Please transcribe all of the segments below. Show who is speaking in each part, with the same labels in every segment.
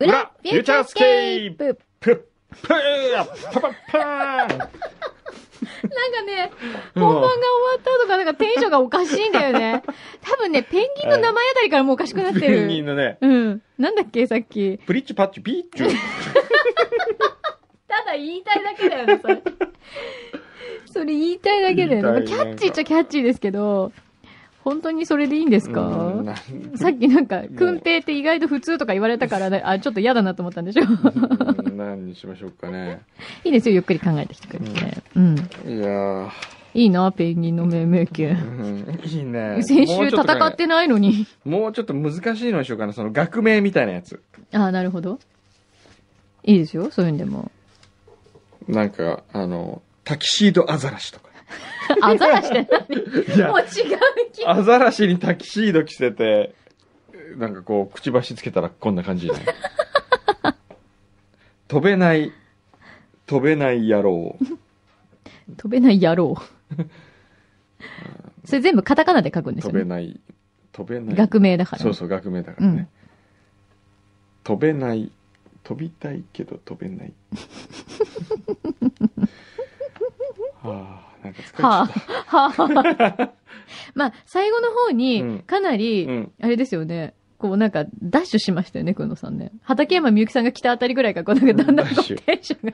Speaker 1: 裏フューチャースケープ
Speaker 2: プ
Speaker 1: プップーパパパーン
Speaker 2: なんかね、本番が終わった後がなんかテンションがおかしいんだ よね。多分ね、ペンギンの名前あたりからもうおかしくなって
Speaker 1: ペンギンの
Speaker 2: る。
Speaker 1: ね、
Speaker 2: うん。なんだっけ、さっき。
Speaker 1: プリッチパッチピーチュ
Speaker 2: ただ言いたいだけだよね、それ。それ言いたいだけだよね。まあ
Speaker 1: 言い
Speaker 2: キ
Speaker 1: たい
Speaker 2: ャッチーっちゃキャッチーですけど、本当にそれでいいんですか
Speaker 1: うんな
Speaker 2: さっきなんか、訓定って意外と普通とか言われたからね、あ、ちょっと嫌だなと思ったんでしょ
Speaker 1: うん何にしましょうかね。
Speaker 2: いいですよ、ゆっくり考えてきてくれて。う
Speaker 1: い
Speaker 2: ん。
Speaker 1: やー、
Speaker 2: いいな、ペンギンの命名
Speaker 1: う
Speaker 2: 権。
Speaker 1: んいいね。
Speaker 2: 先週戦ってないのに。
Speaker 1: もうちょっとね。もうちょっと難しいのにしようかな。その学名みたいなやつ。
Speaker 2: ああ、なるほど。いいですよ、そういうんで も。
Speaker 1: なんか、あの、タキシードアザラシとか。
Speaker 2: アザラシって何
Speaker 1: いや
Speaker 2: もう違う気。
Speaker 1: アザラシにタキシード着せて、なんかこう、くちばしつけたらこんな感じに なる。飛べない、飛べない野郎。
Speaker 2: 飛べない野郎。それ全部カタカナで書くんです
Speaker 1: 飛
Speaker 2: よ
Speaker 1: べ
Speaker 2: ね。
Speaker 1: ない、飛べない。
Speaker 2: 学名だから。
Speaker 1: そうそう、学名だからね。
Speaker 2: うん
Speaker 1: 飛べない、飛びたいけど飛べ ない。はあ、なんか疲れちゃ
Speaker 2: は
Speaker 1: った。
Speaker 2: あ、はあ。 まあ、最後の方
Speaker 1: う
Speaker 2: に
Speaker 1: ん、
Speaker 2: かなり、
Speaker 1: うん
Speaker 2: あれですよね。こうなんか、ダッシュしましたよね、くんのさんね。畠山みゆきさんが来たあたりぐらいから、こうなんかだんだんこ
Speaker 1: ダッシ
Speaker 2: う
Speaker 1: ュ
Speaker 2: テン ションが。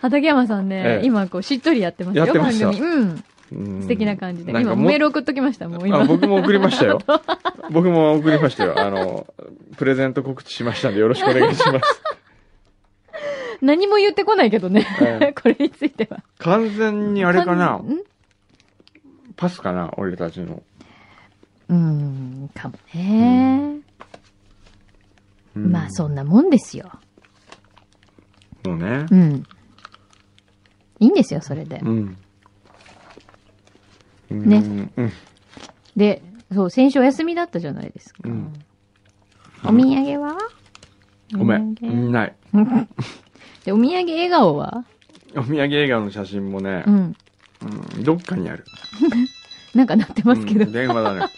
Speaker 2: 畠山さん
Speaker 1: え
Speaker 2: ね、
Speaker 1: え
Speaker 2: 今こう、しっとりやってますよ、
Speaker 1: やってま
Speaker 2: 番
Speaker 1: した
Speaker 2: 組。うん。
Speaker 1: うん
Speaker 2: 素敵な感じで。
Speaker 1: なんか
Speaker 2: 今、
Speaker 1: も
Speaker 2: メール送っときました、もう今。
Speaker 1: あ僕も送りま したよ。僕も送りましたよ。あの、プレゼント告知しましたんでよろしくお願いし ます。
Speaker 2: 何も言ってこないけどね、
Speaker 1: え
Speaker 2: これについては。
Speaker 1: 完全にあれかなん
Speaker 2: う
Speaker 1: パスかな俺たちの。
Speaker 2: ーん、かもね。
Speaker 1: うん
Speaker 2: まあ、そんなもんですよ。
Speaker 1: そうね
Speaker 2: う。ん。いいんですよ、それで。
Speaker 1: うん。
Speaker 2: ね
Speaker 1: うん。うん。
Speaker 2: で、そう、先週お休みだったじゃないですか。
Speaker 1: うん
Speaker 2: お土産は
Speaker 1: ごめ
Speaker 2: お土産
Speaker 1: ん。ない。
Speaker 2: で、お土産笑顔は
Speaker 1: お土産映画の写真もね
Speaker 2: う、ん。
Speaker 1: うんどっかにある。
Speaker 2: なんかなってますけど。
Speaker 1: うん電話だ ね。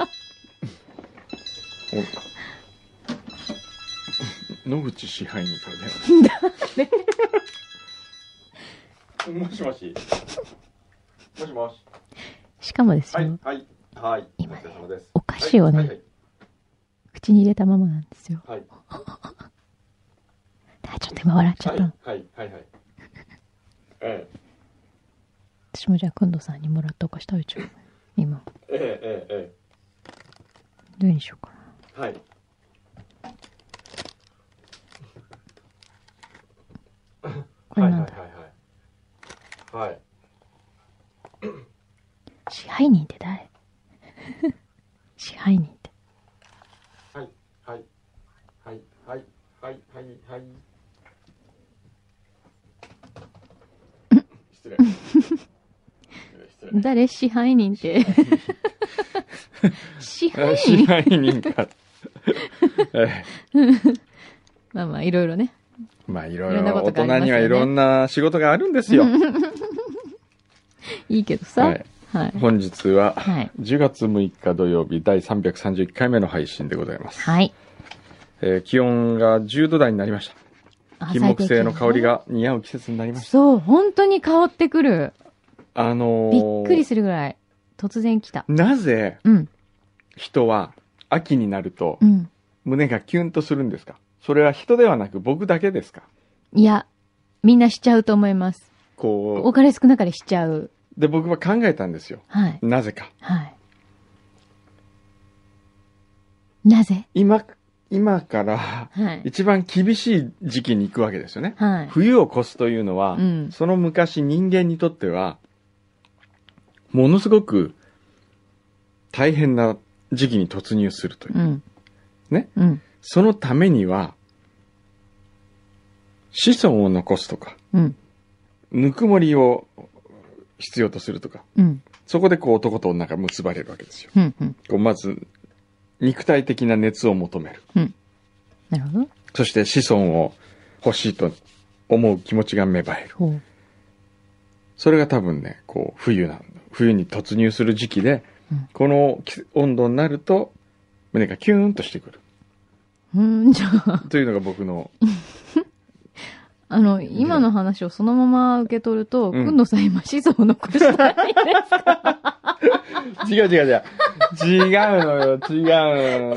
Speaker 1: お野口支配人から電話。もしもし。もしもし。
Speaker 2: しかもですよ、
Speaker 1: はい、はい、はい。お
Speaker 2: 今ね
Speaker 1: 疲れ様です。
Speaker 2: お菓子をね、
Speaker 1: はいはい
Speaker 2: 口に入れたままなんですよ。
Speaker 1: はい、
Speaker 2: だからちょっと今笑っちゃっ
Speaker 1: はい、
Speaker 2: たの。
Speaker 1: はい、はい、はい。え
Speaker 2: 私もじゃあ、くんどさんにもらったお菓子食べちゃう。今、
Speaker 1: え、ええ、え
Speaker 2: どれにしようかな。
Speaker 1: え、はい。
Speaker 2: これなんだ、
Speaker 1: はい、はい、はい。はい。
Speaker 2: 支配人って誰 支配人って。
Speaker 1: はい、はい、はい、はい、はい、はい、はい。 失礼。失礼。
Speaker 2: 誰支配人 って。支配
Speaker 1: 支
Speaker 2: 人
Speaker 1: 配人か。ええ
Speaker 2: まあまあ、いろいろね。
Speaker 1: まあいろい
Speaker 2: いろんな
Speaker 1: ろ、
Speaker 2: こと
Speaker 1: 大
Speaker 2: があり
Speaker 1: 人
Speaker 2: ますよね
Speaker 1: にはいろんな仕事があるんですよ。
Speaker 2: いいけどさ。
Speaker 1: は
Speaker 2: はいい。
Speaker 1: 本日は
Speaker 2: はい
Speaker 1: 10月6日土曜日第331回目の配信でございます。
Speaker 2: はい。
Speaker 1: えー気温が10度台になりました。
Speaker 2: あ
Speaker 1: 金木犀の香り。が似合う季節になりま
Speaker 2: 最低気温
Speaker 1: し
Speaker 2: ねそう、本当に香ってくる。
Speaker 1: た。あの
Speaker 2: び
Speaker 1: ー
Speaker 2: っくりするぐらい。突然来た。
Speaker 1: なぜ
Speaker 2: うん。
Speaker 1: 人は秋になると
Speaker 2: うん。
Speaker 1: 胸がキュンとするんですかそれは人ではなく僕だけですか
Speaker 2: いや、みんなしちゃうと思います。
Speaker 1: こ
Speaker 2: お金少なかれしちゃう。
Speaker 1: う、で僕は考えたんですよ。
Speaker 2: はい。
Speaker 1: なぜか。
Speaker 2: はい。なぜ
Speaker 1: 今、今から
Speaker 2: はい。
Speaker 1: 一番厳しい時期に行くわけですよね。
Speaker 2: はい。
Speaker 1: 冬を越すというのは、
Speaker 2: うん
Speaker 1: その昔人間にとっては、ものすごく大変な時期に突入するという。
Speaker 2: うん。
Speaker 1: ね
Speaker 2: うん。
Speaker 1: そのためには、子孫を残すとか、
Speaker 2: うん。
Speaker 1: ぬくもりを必要とするとか、
Speaker 2: うん。
Speaker 1: そこでこう男と女が結ばれるわけですよ。
Speaker 2: うん。うん。
Speaker 1: こうまず、肉体的な熱を求める。
Speaker 2: なるほど。
Speaker 1: そして子孫を欲しいと思う気持ちが芽生える。
Speaker 2: ほう。
Speaker 1: それが多分ね、こう、冬なんだ。冬に突入する時期で、
Speaker 2: うん
Speaker 1: このき温度になると、胸がキューンとしてくる。
Speaker 2: うん、じゃあ、
Speaker 1: というのが僕の、
Speaker 2: あの、今の話をそのまま受け取ると、
Speaker 1: うん
Speaker 2: くんのさん今、子孫を残したい です。
Speaker 1: 違う違う違う。違うのよ、違う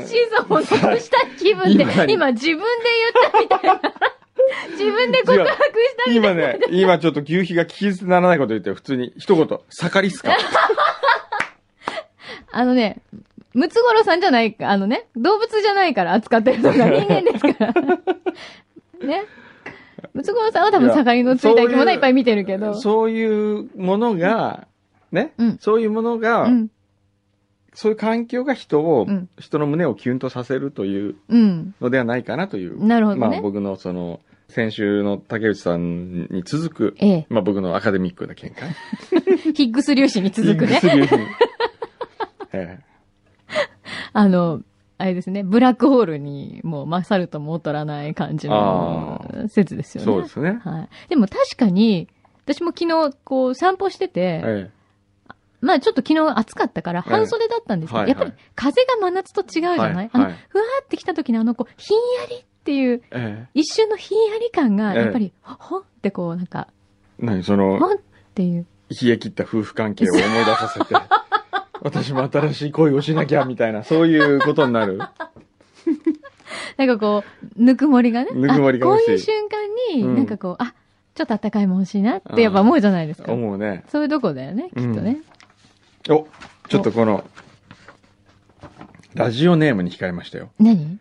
Speaker 1: のよ。
Speaker 2: 子孫を残したい気分で
Speaker 1: 今、に
Speaker 2: 今自分で言ったみたいな。自分で告白したみたい
Speaker 1: 今ね、今ちょっと牛皮が聞き捨てならないこと言ってよ、普通に。一言、盛りっすか
Speaker 2: あのね、ムツゴロウさんじゃない、あのね、動物じゃないから扱ってる のが人間ですから。ね。ムツゴロウさんは多分盛りのついた生き物いっぱい見てるけど。
Speaker 1: そういうものが、ね、
Speaker 2: うん
Speaker 1: そういうものが、
Speaker 2: うん。
Speaker 1: そういう環境が人を、
Speaker 2: うん
Speaker 1: 人の胸をキュンとさせるという
Speaker 2: うん。
Speaker 1: のではないかなという。
Speaker 2: なるほど
Speaker 1: まあ
Speaker 2: ね。
Speaker 1: 僕のその、先週の竹内さんに続く、
Speaker 2: ええ。
Speaker 1: まあ僕のアカデミックな見解。
Speaker 2: ヒッグス粒子に 続くね
Speaker 1: す。ぐ にえ
Speaker 2: あの、あれですね、ブラックホールにもう勝るとも劣らない感じの
Speaker 1: あ
Speaker 2: 説です
Speaker 1: え
Speaker 2: よね。
Speaker 1: そうですね。
Speaker 2: はい。でも確かに、私も昨日、こう、散歩してて、
Speaker 1: え
Speaker 2: まあちょっと昨日暑かったから、
Speaker 1: ええ
Speaker 2: 半袖だったんですけど、
Speaker 1: はい
Speaker 2: やっぱり風が真夏と違うじ
Speaker 1: え
Speaker 2: ゃない、あの、
Speaker 1: はい
Speaker 2: ふわーって来た時のあの、こう、ひんやりっていう、
Speaker 1: ええ
Speaker 2: 一瞬のひんやり感が、
Speaker 1: ええ
Speaker 2: やっぱり、ほほんってこう、なんか、
Speaker 1: 何その、
Speaker 2: ほんっていう。
Speaker 1: 冷え切った夫婦関係を思い出さ せて、私も新しい恋をしなきゃみたいな、そういうことにな る。
Speaker 2: なんかこう、ぬくもりがね。
Speaker 1: ぬくもりが
Speaker 2: あ
Speaker 1: 欲
Speaker 2: こ
Speaker 1: しいう
Speaker 2: いう瞬間に、
Speaker 1: うん
Speaker 2: なんかこう、あ、ちょっと暖かいもん欲しいなってやっぱ思うじゃないですか。
Speaker 1: 思うね。
Speaker 2: そういうとこだよね、きっとね。
Speaker 1: お、ちょっとこの、ラジオネームに控えましたよ。
Speaker 2: 何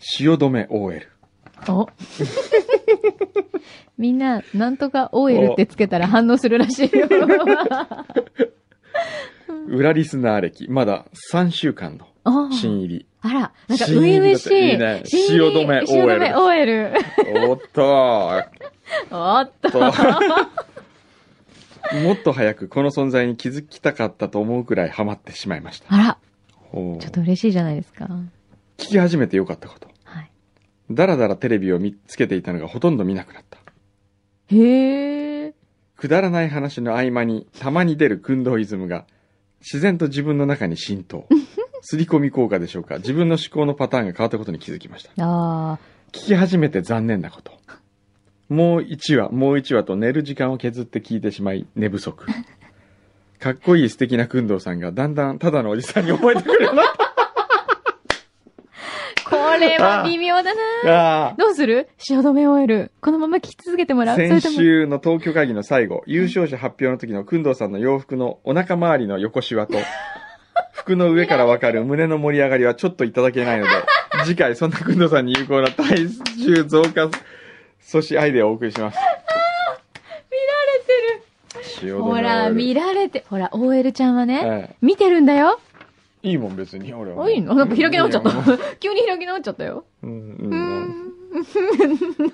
Speaker 1: 汐留 OL。
Speaker 2: おみんな、なんとかオイルってつけたら反応するらし いよ。
Speaker 1: 裏リスナー歴、まだ3週間の
Speaker 2: あ
Speaker 1: 新入り。
Speaker 2: あら、なんか初々しい。
Speaker 1: 新入りだっていいね
Speaker 2: 新入り
Speaker 1: 汐留 OL
Speaker 2: 汐留 OL。
Speaker 1: おっと、
Speaker 2: おっと。
Speaker 1: と。 もっと早くこの存在に気づきたかったと思うくらいハマってしまいました。
Speaker 2: あら、
Speaker 1: ほう
Speaker 2: ちょっと嬉しいじゃないですか。
Speaker 1: 聞き始めてよかったこと。
Speaker 2: はい。
Speaker 1: だらだらテレビを見つけていたのがほとんど見なくなった。
Speaker 2: へえ。
Speaker 1: くだらない話の合間にたまに出る訓導イズムが自然と自分の中に浸透。刷り込み効果でしょうか。自分の思考のパターンが変わったことに気づきました。
Speaker 2: ああ、
Speaker 1: 聞き始めて残念なこと。もう1話、もう1話と寝る時間を削って聞いてしまい、寝不足。かっこいい素敵な工藤さんがだんだんただのおじさんに覚えてくるようになっ
Speaker 2: これは微妙だ な。
Speaker 1: た。あ
Speaker 2: どうする汐留 OL。このまま聞き続けてもら
Speaker 1: ー
Speaker 2: うそれ
Speaker 1: 先
Speaker 2: とも。
Speaker 1: 週の東京会議の最後、優勝者発表の時の工藤さんの洋服のお腹周りの横シワと、 服の上からわかる胸の盛り上がりはちょっといただけない ので、次回そんな工藤さんに有効な体重増加阻止アイデアをお送りします。
Speaker 2: 見られてる。
Speaker 1: 塩止め
Speaker 2: ほら、
Speaker 1: OL
Speaker 2: 見られて、ほら、OL ちゃんはね、
Speaker 1: ええ
Speaker 2: 見てるんだよ。
Speaker 1: いいもん別に、俺は。
Speaker 2: あ、いいのなんか開き直っちゃっ
Speaker 1: いいよ。
Speaker 2: た。 急に開き直っちゃったよ。
Speaker 1: うん、
Speaker 2: う
Speaker 1: う
Speaker 2: ー
Speaker 1: ん。
Speaker 2: ん。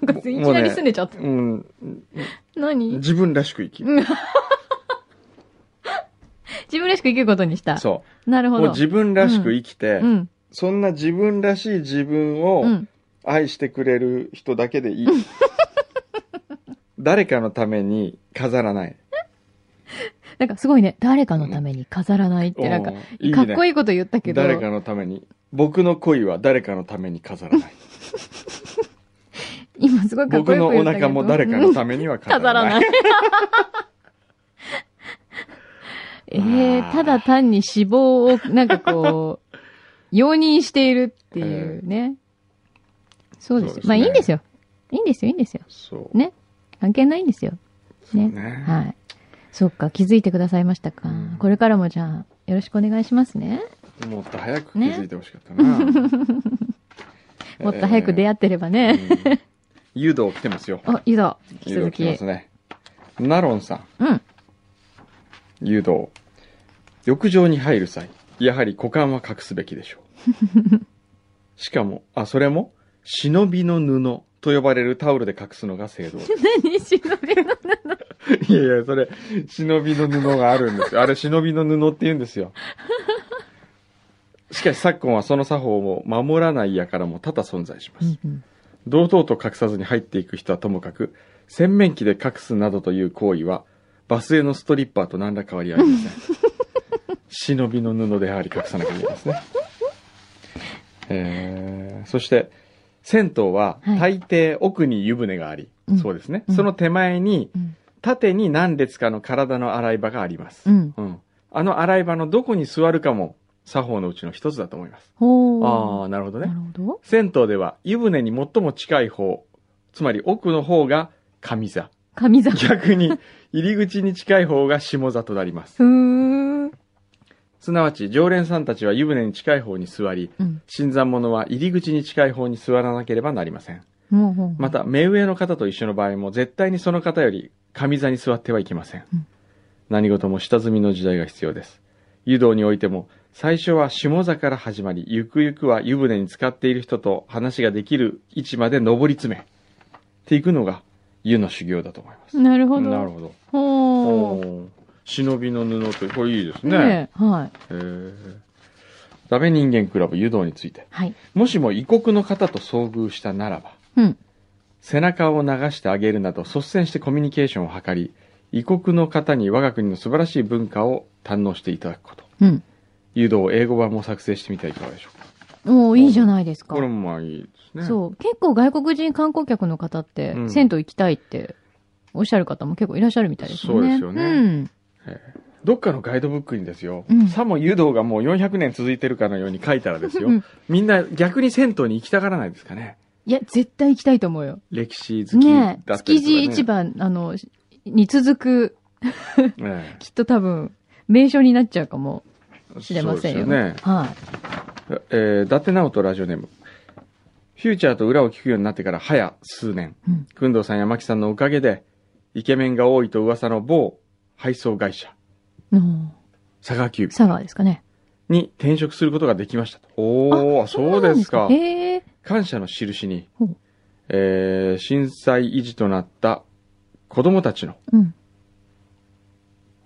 Speaker 2: なん かいきなりすねちゃった。
Speaker 1: うん、
Speaker 2: 何
Speaker 1: 自分らしく生きる。
Speaker 2: 自分らしく生きることにした。
Speaker 1: そ
Speaker 2: なる
Speaker 1: う。
Speaker 2: ほ
Speaker 1: もう
Speaker 2: ど。
Speaker 1: 自分らしく生きて、
Speaker 2: うん。
Speaker 1: そんな自分らしい自分
Speaker 2: う
Speaker 1: を
Speaker 2: ん。
Speaker 1: 愛してくれる人だけで いい。誰かのために飾らない。
Speaker 2: なんかすごいね、誰かのために飾らないって、なんか
Speaker 1: お、ーいいね
Speaker 2: かっこいいこと言ったけど、
Speaker 1: 誰かのために。僕の恋は誰かのために飾 らない。
Speaker 2: 今すごいかっこ
Speaker 1: 僕
Speaker 2: よ
Speaker 1: の
Speaker 2: く言
Speaker 1: お
Speaker 2: ったけど。
Speaker 1: 腹も誰かのためには飾
Speaker 2: 飾
Speaker 1: ら
Speaker 2: ら
Speaker 1: な。
Speaker 2: ないい。 ええただ単に脂肪を、なんかこう、容認しているっていうね。そうで
Speaker 1: そう
Speaker 2: すよ
Speaker 1: ですね
Speaker 2: まあいいんですよ。いいんですよ、いいんですよ。
Speaker 1: そう。
Speaker 2: ね関係ないんですよ。ね。
Speaker 1: ね。
Speaker 2: はい。そっか、気づいてくださいましたか
Speaker 1: うん。
Speaker 2: これからもじゃあ、よろしくお願いしますね。
Speaker 1: もっと早く気づいてほしかった な。
Speaker 2: もっと早く出会ってればね。
Speaker 1: うん誘導来てますよ。
Speaker 2: お、ゆど、引き
Speaker 1: 誘
Speaker 2: 続
Speaker 1: 導来
Speaker 2: き。
Speaker 1: てますね。ナロンさん、
Speaker 2: うん。
Speaker 1: 誘導。浴場に入る際、やはり股間は隠すべきでしょう。しかも、あ、それも、忍びの布と呼ばれるタオルで隠すのが正道。
Speaker 2: 何忍びの
Speaker 1: いやいや、それ、忍びの布があるんですよ。あれ、忍びの布って言うんですよ。しかし昨今はその作法を守らないやからも多々存在します。
Speaker 2: うん
Speaker 1: 堂々と隠さずに入っていく人はともかく、洗面器で隠すなどという行為は、バスへのストリッパーと何ら変わりありません。 忍びの布でやはり隠さなきゃいけないですね。えー、そして、銭湯は
Speaker 2: は
Speaker 1: 大
Speaker 2: い
Speaker 1: 抵奥に湯船があり、
Speaker 2: うん
Speaker 1: そうですね、
Speaker 2: うん
Speaker 1: その手前に
Speaker 2: うん
Speaker 1: 縦に何列かの体の洗い場があります。
Speaker 2: うん。
Speaker 1: うんあの洗い場のどこに座るかも作法のうちの一つだと思います。
Speaker 2: ほう。
Speaker 1: ああ、なるほど
Speaker 2: な
Speaker 1: ね。
Speaker 2: るほど。
Speaker 1: 銭湯では湯船に最も近い方、つまり奥の方が上座。
Speaker 2: 神座。
Speaker 1: 逆に入り口に近い方が下座となります。
Speaker 2: ふーん。
Speaker 1: すなわち常連さんたちは湯船に近い方に座り、
Speaker 2: うん。
Speaker 1: 新参者は入り口に近い方に座らなければなりません。
Speaker 2: ほうほう。
Speaker 1: また、目上の方と一緒の場合も絶対にその方より上座に座ってはいけません。
Speaker 2: うん
Speaker 1: 何事も下積みの時代が必要です。湯道においても、最初は下座から始まり、ゆくゆくは湯船に浸かっている人と話ができる位置まで上り詰めていくのが湯の修行だと思います。
Speaker 2: なるほど。
Speaker 1: なるほど。
Speaker 2: ほう。
Speaker 1: おー忍びの布という、これいいですね。
Speaker 2: ねえはい。
Speaker 1: へーダメ人間クラブ湯道について。
Speaker 2: はい。
Speaker 1: もしも異国の方と遭遇したならば、
Speaker 2: うん。
Speaker 1: 背中を流してあげるなど率先してコミュニケーションを図り、異国の方に我が国の素晴らしい文化を堪能していただくこと。
Speaker 2: うん。
Speaker 1: 誘導英語版も作成してみてはいかがでしょうか。
Speaker 2: おーいいじゃないですか
Speaker 1: こ。れもまあいいですね。
Speaker 2: そう。結構外国人観光客の方って
Speaker 1: う、ん
Speaker 2: 銭湯行きたいって、おっしゃる方も結構いらっしゃるみたいですね。
Speaker 1: そうですよね
Speaker 2: うん。
Speaker 1: どっかのガイドブックにですよ、
Speaker 2: うん
Speaker 1: さも誘導がもう400年続いてるかのように書いたらですよ、みんな逆に銭湯に行きたがらないですかね。
Speaker 2: いや、絶対行きたいと思うよ。
Speaker 1: 歴史好きだったり
Speaker 2: ね
Speaker 1: と
Speaker 2: え。
Speaker 1: か、ね。
Speaker 2: 築地市場、あの、に続く、
Speaker 1: ええ
Speaker 2: きっと多分、名所になっちゃうかもしれませんよ。
Speaker 1: そうですよね。
Speaker 2: は
Speaker 1: えー、伊達直人ラジオネーム。フューチャーと裏を聞くようになってから早数年。
Speaker 2: い。うん。
Speaker 1: くんどうさんやまきさんのおかげで、イケメンが多いと噂の某配送会社、
Speaker 2: の
Speaker 1: 佐川急
Speaker 2: 佐川ですかね。
Speaker 1: に転職することができましたと。おー、そうですか。
Speaker 2: へえ。
Speaker 1: 感謝の印に
Speaker 2: ほう、
Speaker 1: えー、震災維持となった子供たちの
Speaker 2: うん。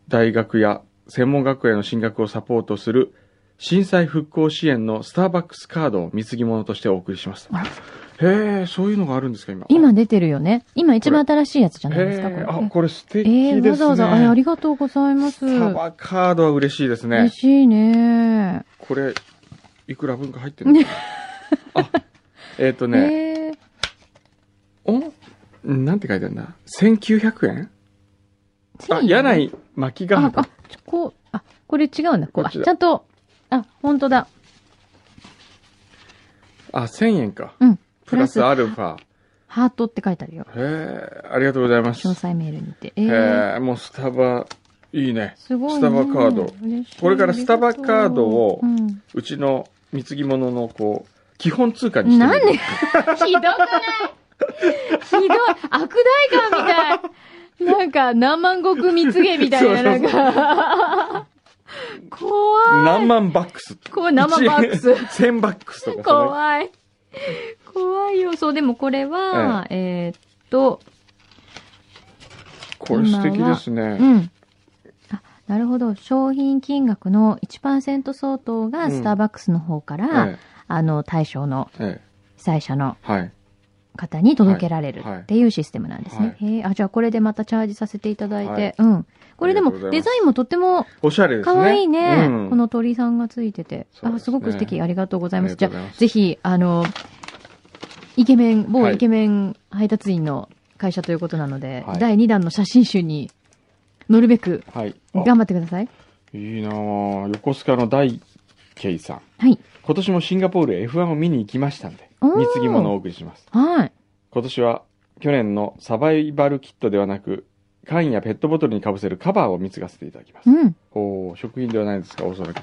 Speaker 1: 大学や専門学校への進学をサポートする震災復興支援のスターバックスカードを貢ぎ物としてお送りします。
Speaker 2: あら
Speaker 1: へえ、そういうのがあるんですか、今。
Speaker 2: 今出てるよね。今一番新しいやつじゃないですか、こ
Speaker 1: へ
Speaker 2: れ
Speaker 1: え、。あ、これ素敵ですね。
Speaker 2: えー、わざわざ、あれ、ありがとうございます。
Speaker 1: スタバカードは嬉しいです
Speaker 2: 嬉
Speaker 1: ね。
Speaker 2: しいね。
Speaker 1: これ、いくら分か入ってる のかなあ、えっ、とね、
Speaker 2: へえ。
Speaker 1: おなんて書いてあるんだ ?1900 円あ、
Speaker 2: い。
Speaker 1: 柳巻ヶ
Speaker 2: あ、
Speaker 1: 畑
Speaker 2: あ、こう、あ、これ違うんだ。
Speaker 1: こ
Speaker 2: こう、あ
Speaker 1: っちだ
Speaker 2: ちゃんと、あ、本当だ。
Speaker 1: あ、1000円か。
Speaker 2: うん。
Speaker 1: プラスアルファ。
Speaker 2: ハートって書いてあるよ。
Speaker 1: へえ、ありがとうございます
Speaker 2: 詳。細メールにて。えー、
Speaker 1: へえ、もうスタバ、いいね。
Speaker 2: すごいね。
Speaker 1: スタバカード
Speaker 2: 嬉しい。
Speaker 1: これからスタバカードを
Speaker 2: ありがとううん
Speaker 1: うちの貢ぎ物の、こう、基本通貨にしてみる
Speaker 2: なんでひどくないひどい悪代官みたいなんか、何万石蜜毛みたいな、なんか。怖い。
Speaker 1: 何万バックス。
Speaker 2: こう生バックス。
Speaker 1: 1000バックスとかその
Speaker 2: 怖い。怖いよ。そう、でもこれは、えーっと、
Speaker 1: これ素敵です
Speaker 2: う
Speaker 1: ね。
Speaker 2: ん。あ、なるほど。商品金額の1%相当がスターバックスの方から、
Speaker 1: え
Speaker 2: あの、対象の
Speaker 1: えええ
Speaker 2: 被災者の
Speaker 1: はい。
Speaker 2: 方に届けられる
Speaker 1: はい
Speaker 2: っていうシステムなんですね。へえあ、じゃあこれでまたチャージさせていただいて、
Speaker 1: はい
Speaker 2: うん。これ
Speaker 1: あ
Speaker 2: で
Speaker 1: りがとうござ
Speaker 2: も
Speaker 1: い
Speaker 2: デ
Speaker 1: ます
Speaker 2: ザインもとっても
Speaker 1: おしゃれですね。
Speaker 2: 可愛いね。
Speaker 1: うん
Speaker 2: この鳥さんがついてて。
Speaker 1: そうですね
Speaker 2: あ、すごく素敵。ありがとうございます。
Speaker 1: あり
Speaker 2: じ
Speaker 1: が
Speaker 2: ゃ
Speaker 1: とうございま
Speaker 2: あ、
Speaker 1: す
Speaker 2: ぜひ、あの、イケメン、某
Speaker 1: はい
Speaker 2: イケメン配達員の会社ということなので、
Speaker 1: はい
Speaker 2: 第2弾の写真集に乗るべく
Speaker 1: はい。あ
Speaker 2: 頑張ってください。
Speaker 1: いいなぁ。横須賀の大慶さん。
Speaker 2: はい。
Speaker 1: 今年もシンガポールへ F1 を見に行きましたんで、
Speaker 2: おー
Speaker 1: 貢ぎ物をお送りします。
Speaker 2: はい。
Speaker 1: 今年は去年のサバイバルキットではなく、缶やペットボトルにかぶせるカバーを貢がせていただきます。
Speaker 2: うん。
Speaker 1: おお食品ではないですか、おそらく。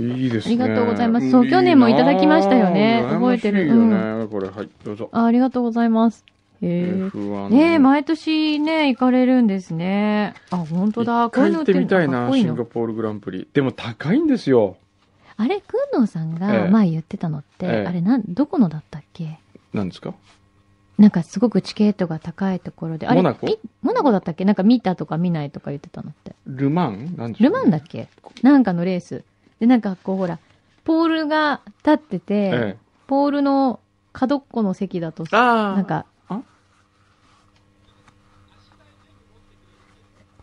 Speaker 1: いいですね。
Speaker 2: ありがとうございますそう去年もいただきましたよね
Speaker 1: うんいいなぁ
Speaker 2: 覚えてる
Speaker 1: 羨ましいよね、これ、はい、どうぞ。
Speaker 2: あありがとうございます。へえ
Speaker 1: F1
Speaker 2: ねえ、毎年ね、行かれるんですね。あ、本当だ。
Speaker 1: 一回行ってみたい
Speaker 2: かっ
Speaker 1: な、
Speaker 2: こい
Speaker 1: シ
Speaker 2: い
Speaker 1: ンガ
Speaker 2: の。
Speaker 1: ポールグランプリ。でも高いんですよ。
Speaker 2: あれ、くんのさん
Speaker 1: え
Speaker 2: が
Speaker 1: え
Speaker 2: 前言ってたのって、
Speaker 1: ええ
Speaker 2: あれ、なん、どこのだったっけ
Speaker 1: なんですか
Speaker 2: なんかすごくチケットが高いところで。あれ、
Speaker 1: モナコ
Speaker 2: みモナコだったっけなんか見たとか見ないとか言ってたのって。
Speaker 1: ルマンなんですか
Speaker 2: ルマンだっけなんかのレース。で、なんかこうほら、ポールが立ってて、
Speaker 1: え
Speaker 2: ポールの角っこの席だと
Speaker 1: え。ああ。
Speaker 2: なんか
Speaker 1: あ、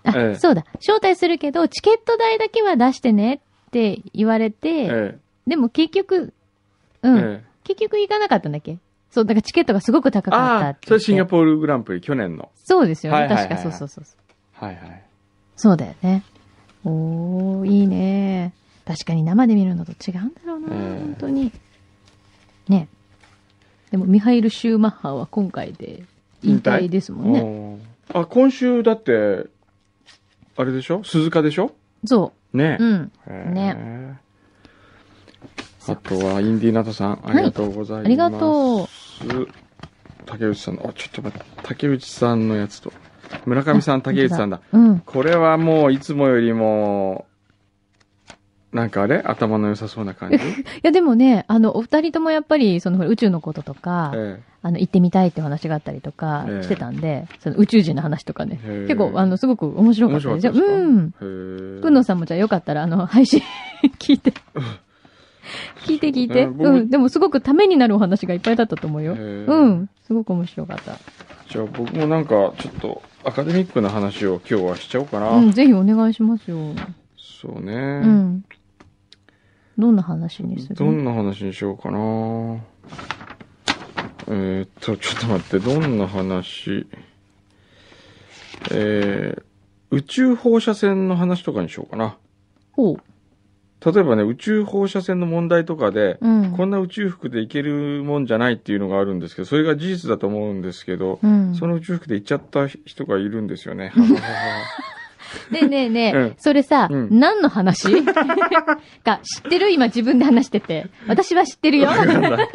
Speaker 2: あ、
Speaker 1: ええ
Speaker 2: そうだ。招待するけど、チケット代だけは出してねって言われて、
Speaker 1: え
Speaker 2: でも結局、う
Speaker 1: え
Speaker 2: ん、
Speaker 1: ええ
Speaker 2: 結局行かなかったんだっけそう、だからチケットがすごく高かった
Speaker 1: あ
Speaker 2: っ
Speaker 1: あ
Speaker 2: て言っ、て
Speaker 1: それシンガポールグランプリ、去年の。
Speaker 2: そうですよね。
Speaker 1: はいはいはいはい
Speaker 2: 確か、そうそうそうそう。
Speaker 1: はいはい。
Speaker 2: そうだよね。おー、いいね。確かに生で見るのと違うんだろうな、
Speaker 1: ええ
Speaker 2: 本当に。ね。でも、ミハイル・シューマッハは今回で引退ですもんね。
Speaker 1: ね。あ、今週だって、あれでしょ鈴鹿でしょ
Speaker 2: そ
Speaker 1: ね
Speaker 2: う。うん。
Speaker 1: え。
Speaker 2: ね
Speaker 1: あとは、インディーナトさん、ありがとうございます。
Speaker 2: ありがと
Speaker 1: う。竹内さんの、あ、ちょっと待って、竹内さんのやつと、村上さん、竹内さんだ。
Speaker 2: う。うん。
Speaker 1: これはもう、いつもよりも、なんかあれ頭の良さそうな感じ、
Speaker 2: いや、でもね、あの、お二人ともやっぱり、その、ほら宇宙のこととか、
Speaker 1: え
Speaker 2: あの、行ってみたいってお話があったりとか
Speaker 1: ええ
Speaker 2: してたんで、その宇宙人の話とかね、
Speaker 1: へえ
Speaker 2: 結構、あの、すごく面
Speaker 1: え
Speaker 2: 白かったですよ。
Speaker 1: 面白
Speaker 2: う
Speaker 1: か
Speaker 2: ん。
Speaker 1: ったですかへえ
Speaker 2: くんのさんもじゃあよかったら、あの、配信 聞いて。聞いて聞いて。
Speaker 1: そうね僕
Speaker 2: うん。でもすごくためになるお話がいっぱいだったと思うよ。
Speaker 1: へえ
Speaker 2: うん。すごく面白かった。
Speaker 1: じゃあ僕もなんかちょっとアカデミックな話を今日はしちゃおうかな。
Speaker 2: うん。ぜひお願いしますよ。
Speaker 1: そうね、
Speaker 2: うん。どんな話にする
Speaker 1: どんな話にしようかな。えー、っと、ちょっと待って、どんな話。えー、宇宙放射線の話とかにしようかな。
Speaker 2: ほう。
Speaker 1: 例えばね、宇宙放射線の問題とかで、
Speaker 2: うん。
Speaker 1: こんな宇宙服で行けるもんじゃないっていうのがあるんですけど、それが事実だと思うんですけど、
Speaker 2: うん。
Speaker 1: その宇宙服で行っちゃった人がいるんですよ ね。はははは
Speaker 2: ねえねえねえ、
Speaker 1: うん
Speaker 2: それさ、
Speaker 1: うん
Speaker 2: 何の話 か、知ってる今自分で話してて。私は知ってるよ。
Speaker 1: わかんない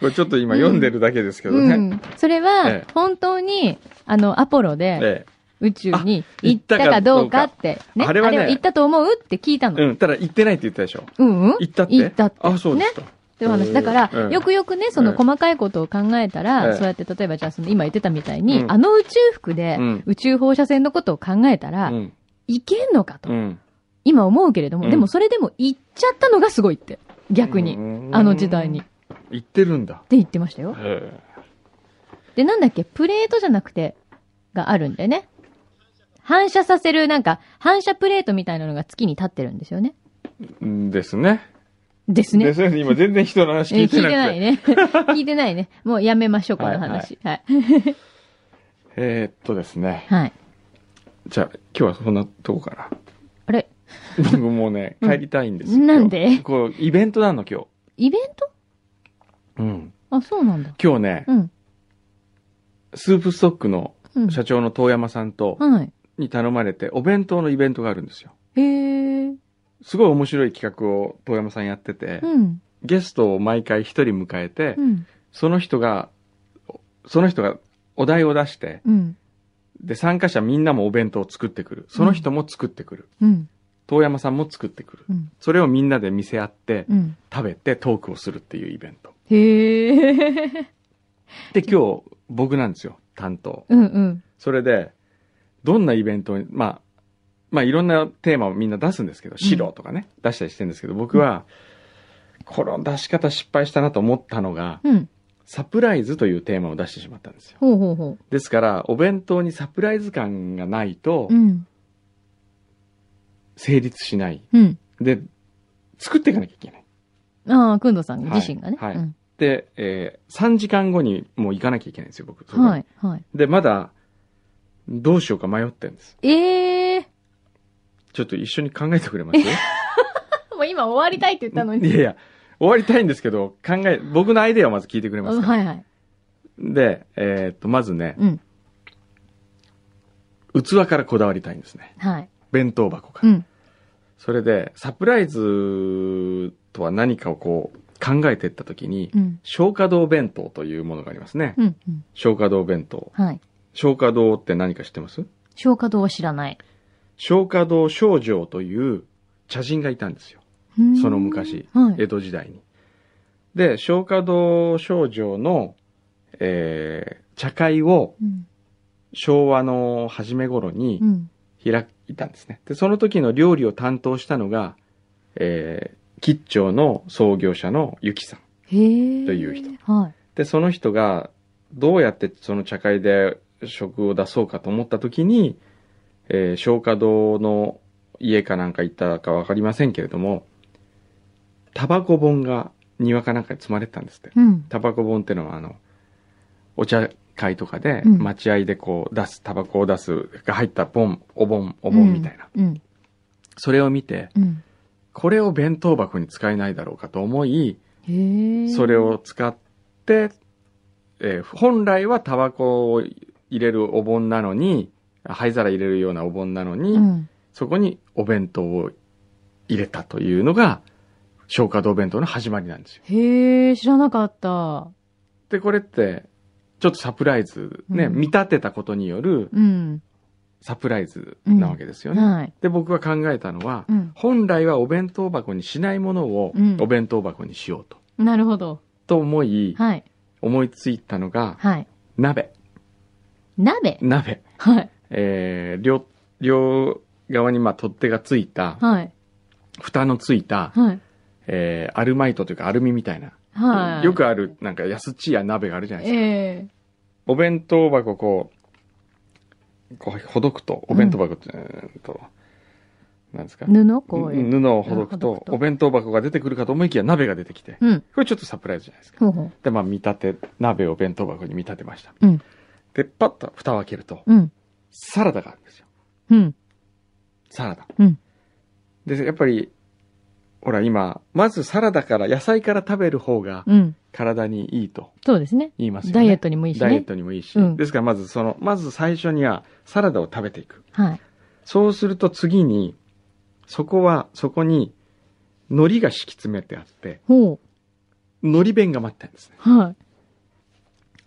Speaker 1: これちょっと今読んでるだけですけど
Speaker 2: う
Speaker 1: ね。
Speaker 2: ん。それは
Speaker 1: ええ、
Speaker 2: 本当に、あの、アポロで、
Speaker 1: え
Speaker 2: 宇宙に
Speaker 1: あ
Speaker 2: 行ったかどうかって、ね。
Speaker 1: あれはね
Speaker 2: 行ったと思うって聞いた
Speaker 1: え
Speaker 2: の。
Speaker 1: うん、ただ行ってないって言ったでしょ。
Speaker 2: うんうんっ
Speaker 1: 行ったって
Speaker 2: 行ったって
Speaker 1: あ、そうですか。
Speaker 2: て話。だか
Speaker 1: え
Speaker 2: ら、
Speaker 1: え
Speaker 2: よくよくね、その
Speaker 1: ええ
Speaker 2: 細かいことを考えたら、
Speaker 1: ええ
Speaker 2: そうやって、例えばじゃあ、その今言ってたみたいに、
Speaker 1: うん
Speaker 2: あの宇宙服で
Speaker 1: うん、
Speaker 2: 宇宙放射線のことを考えたら、
Speaker 1: うん。
Speaker 2: いけんのかと
Speaker 1: う。ん。
Speaker 2: 今思うけれども、
Speaker 1: うん
Speaker 2: でもそれでも行っちゃったのがすごいって。逆に。
Speaker 1: うん
Speaker 2: あの時代に。っ。
Speaker 1: 行ってるんだ。
Speaker 2: て言ってましたよ。
Speaker 1: え
Speaker 2: で、なんだっけ、プレートじゃなくて、があるんでね。反射させる、なんか、反射プレートみたいなのが月に立ってるんですよね。
Speaker 1: えですね。
Speaker 2: ですね。
Speaker 1: ですね。今全然人の話聞
Speaker 2: えー
Speaker 1: いてなくて。
Speaker 2: ないね。 聞いてないね。もうやめましょう、この話。はい。
Speaker 1: えーっとですね。
Speaker 2: はい。
Speaker 1: じゃあ、今日はそんなとこか
Speaker 2: あれ、
Speaker 1: な。僕もうね、
Speaker 2: うん
Speaker 1: 帰りたいんですよ。
Speaker 2: なんで
Speaker 1: こう、イベントなの、今
Speaker 2: イベント
Speaker 1: 日。うん。
Speaker 2: あ、そうなんだ。
Speaker 1: 今日ね、
Speaker 2: うん。
Speaker 1: スープストックの
Speaker 2: うん。
Speaker 1: 社長の遠山さんと、
Speaker 2: はい。
Speaker 1: に頼まれて、お弁当のイベントがあるんですよ。
Speaker 2: へえ。
Speaker 1: すごい面白い企画を遠山さんやってて、
Speaker 2: うん。
Speaker 1: ゲストを毎回一人迎えて、
Speaker 2: うん。
Speaker 1: その人が、その人がお題を出して、
Speaker 2: うん。
Speaker 1: で、参加者みんなもお弁当を作ってくる。その人も作ってくる。
Speaker 2: うん。
Speaker 1: 遠山さんも作ってくる。
Speaker 2: うん。
Speaker 1: それをみんなで見せ合って、
Speaker 2: うん。
Speaker 1: 食べてトークをするっていうイベント。
Speaker 2: へえ。
Speaker 1: で、今日僕なんですよ、担当。
Speaker 2: うんうん。
Speaker 1: それで、どんなイベントに、まあ、まあいろんなテーマをみんな出すんですけど、白とかね、出したりしてるんですけど、僕は、この出し方失敗したなと思ったのが、
Speaker 2: うん。
Speaker 1: サプライズというテーマを出してしまったんですよ。
Speaker 2: ほうほうほ
Speaker 1: ですから、お弁当にサプライズ感がないと
Speaker 2: う。う、ん。
Speaker 1: 成立しない。
Speaker 2: うん。
Speaker 1: で、作っていかなきゃいけない。
Speaker 2: ああ、くんどさん自身がね。
Speaker 1: はい
Speaker 2: うん
Speaker 1: で、えー3時間後にもう行かなきゃいけないんですよ、僕。そこに
Speaker 2: はい。はい。
Speaker 1: で、まだ、どうしようか迷ってるんです。
Speaker 2: ええ
Speaker 1: ちょっと一緒に考えてくれますい
Speaker 2: ー。もう今終わりたいって言ったのに。
Speaker 1: やいや、終わりたいんですけど、考え、僕のアイデアをまず聞いてくれますか、
Speaker 2: はいはい。
Speaker 1: で、えーっと、まずね、
Speaker 2: うん。
Speaker 1: 器からこだわりたいんですね。
Speaker 2: はい。
Speaker 1: 弁当箱から
Speaker 2: う。ん。
Speaker 1: それで、サプライズとは何かをこう考えていったときに、
Speaker 2: うん。
Speaker 1: 消化道弁当というものがありますね。
Speaker 2: うん。うん。
Speaker 1: 消化道弁当。
Speaker 2: はい。
Speaker 1: 消化道って何か知ってます
Speaker 2: 消化道は知らない。
Speaker 1: 消化道少女という茶人がいたんですよ。その昔
Speaker 2: うーんはい。
Speaker 1: 江戸時代に。で、消化道少女の、えー茶会を
Speaker 2: うん。
Speaker 1: 昭和の初め頃に
Speaker 2: うん。
Speaker 1: 開いたんですね。で、その時の料理を担当したのが、えー、吉兆の創業者のゆきさん。
Speaker 2: へえ。
Speaker 1: という人。
Speaker 2: はい。
Speaker 1: で、その人がどうやってその茶会で食を出そうかと思った時に、えー松花堂の家かなんか行ったかわかりませんけれども、タバコ本が庭かなんかに積まれてたんですって。
Speaker 2: うん。
Speaker 1: タバコ本ってのはあのお茶会とかで
Speaker 2: うん
Speaker 1: 待合でこう出すタバコを出すが入ったボンお盆お盆みたいな、
Speaker 2: うん。
Speaker 1: それを見て
Speaker 2: うん。
Speaker 1: これを弁当箱に使えないだろうかと思い
Speaker 2: へえ。
Speaker 1: それ。を使って、えー本来はタバコを入れるお盆なのに灰皿入れるようなお盆なのに、
Speaker 2: うん。
Speaker 1: そこにお弁当を入れたというのが消化道弁当の始まりなんですよ
Speaker 2: へえ、知らなかった。
Speaker 1: で、これって、ちょっとサプライズ、ね、
Speaker 2: うん
Speaker 1: 見立てたことによる
Speaker 2: うん。
Speaker 1: サプライズなわけですよね。
Speaker 2: はい。
Speaker 1: で、僕が考えたのは、
Speaker 2: うん。
Speaker 1: 本来はお弁当箱にしないものを
Speaker 2: うん
Speaker 1: お弁当箱にしようと。
Speaker 2: なるほど。
Speaker 1: と思い、
Speaker 2: はい。
Speaker 1: 思いついたのが、
Speaker 2: はい。
Speaker 1: 鍋。
Speaker 2: 鍋。
Speaker 1: 鍋。
Speaker 2: はい。
Speaker 1: えー、両、両側にまあ取っ手がついた、
Speaker 2: はい。
Speaker 1: 蓋のついた、
Speaker 2: はい。
Speaker 1: えー、アルマイトというかアルミみたいな、
Speaker 2: はい。
Speaker 1: よくある、なんか安っちいや鍋があるじゃないですか。
Speaker 2: ええ。
Speaker 1: お弁当箱こう、こう、ほどくと、お弁当箱って、うーんと、なんですか、
Speaker 2: 布こういう。
Speaker 1: 布をほどく
Speaker 2: あほど
Speaker 1: と
Speaker 2: く、と
Speaker 1: お弁当箱が出てくるかと思いきや鍋が出てきて、
Speaker 2: うん。
Speaker 1: これちょっとサプライズじゃないですか。
Speaker 2: ほうほう。
Speaker 1: で、まあ、見立て、鍋を弁当箱に見立てました。
Speaker 2: うん
Speaker 1: で、パッと蓋を開けると、
Speaker 2: うん。
Speaker 1: サラダがあるんですよ。
Speaker 2: うん。
Speaker 1: サラダ。
Speaker 2: うん
Speaker 1: で、やっぱり、ほら今、まずサラダから、野菜から食べる方が
Speaker 2: うん。
Speaker 1: 体にいいと
Speaker 2: そうですね。
Speaker 1: 言いますよね。
Speaker 2: ダイエットにもいいし
Speaker 1: ダイエッ
Speaker 2: ね。
Speaker 1: トにもいいし、
Speaker 2: うん
Speaker 1: ですからまずその、まず最初にはサラダを食べていく。
Speaker 2: はい。
Speaker 1: そうすると次に、そこは、そこに、海苔が敷き詰めてあって、
Speaker 2: ほう。
Speaker 1: 海苔弁が待ってるんですね。
Speaker 2: は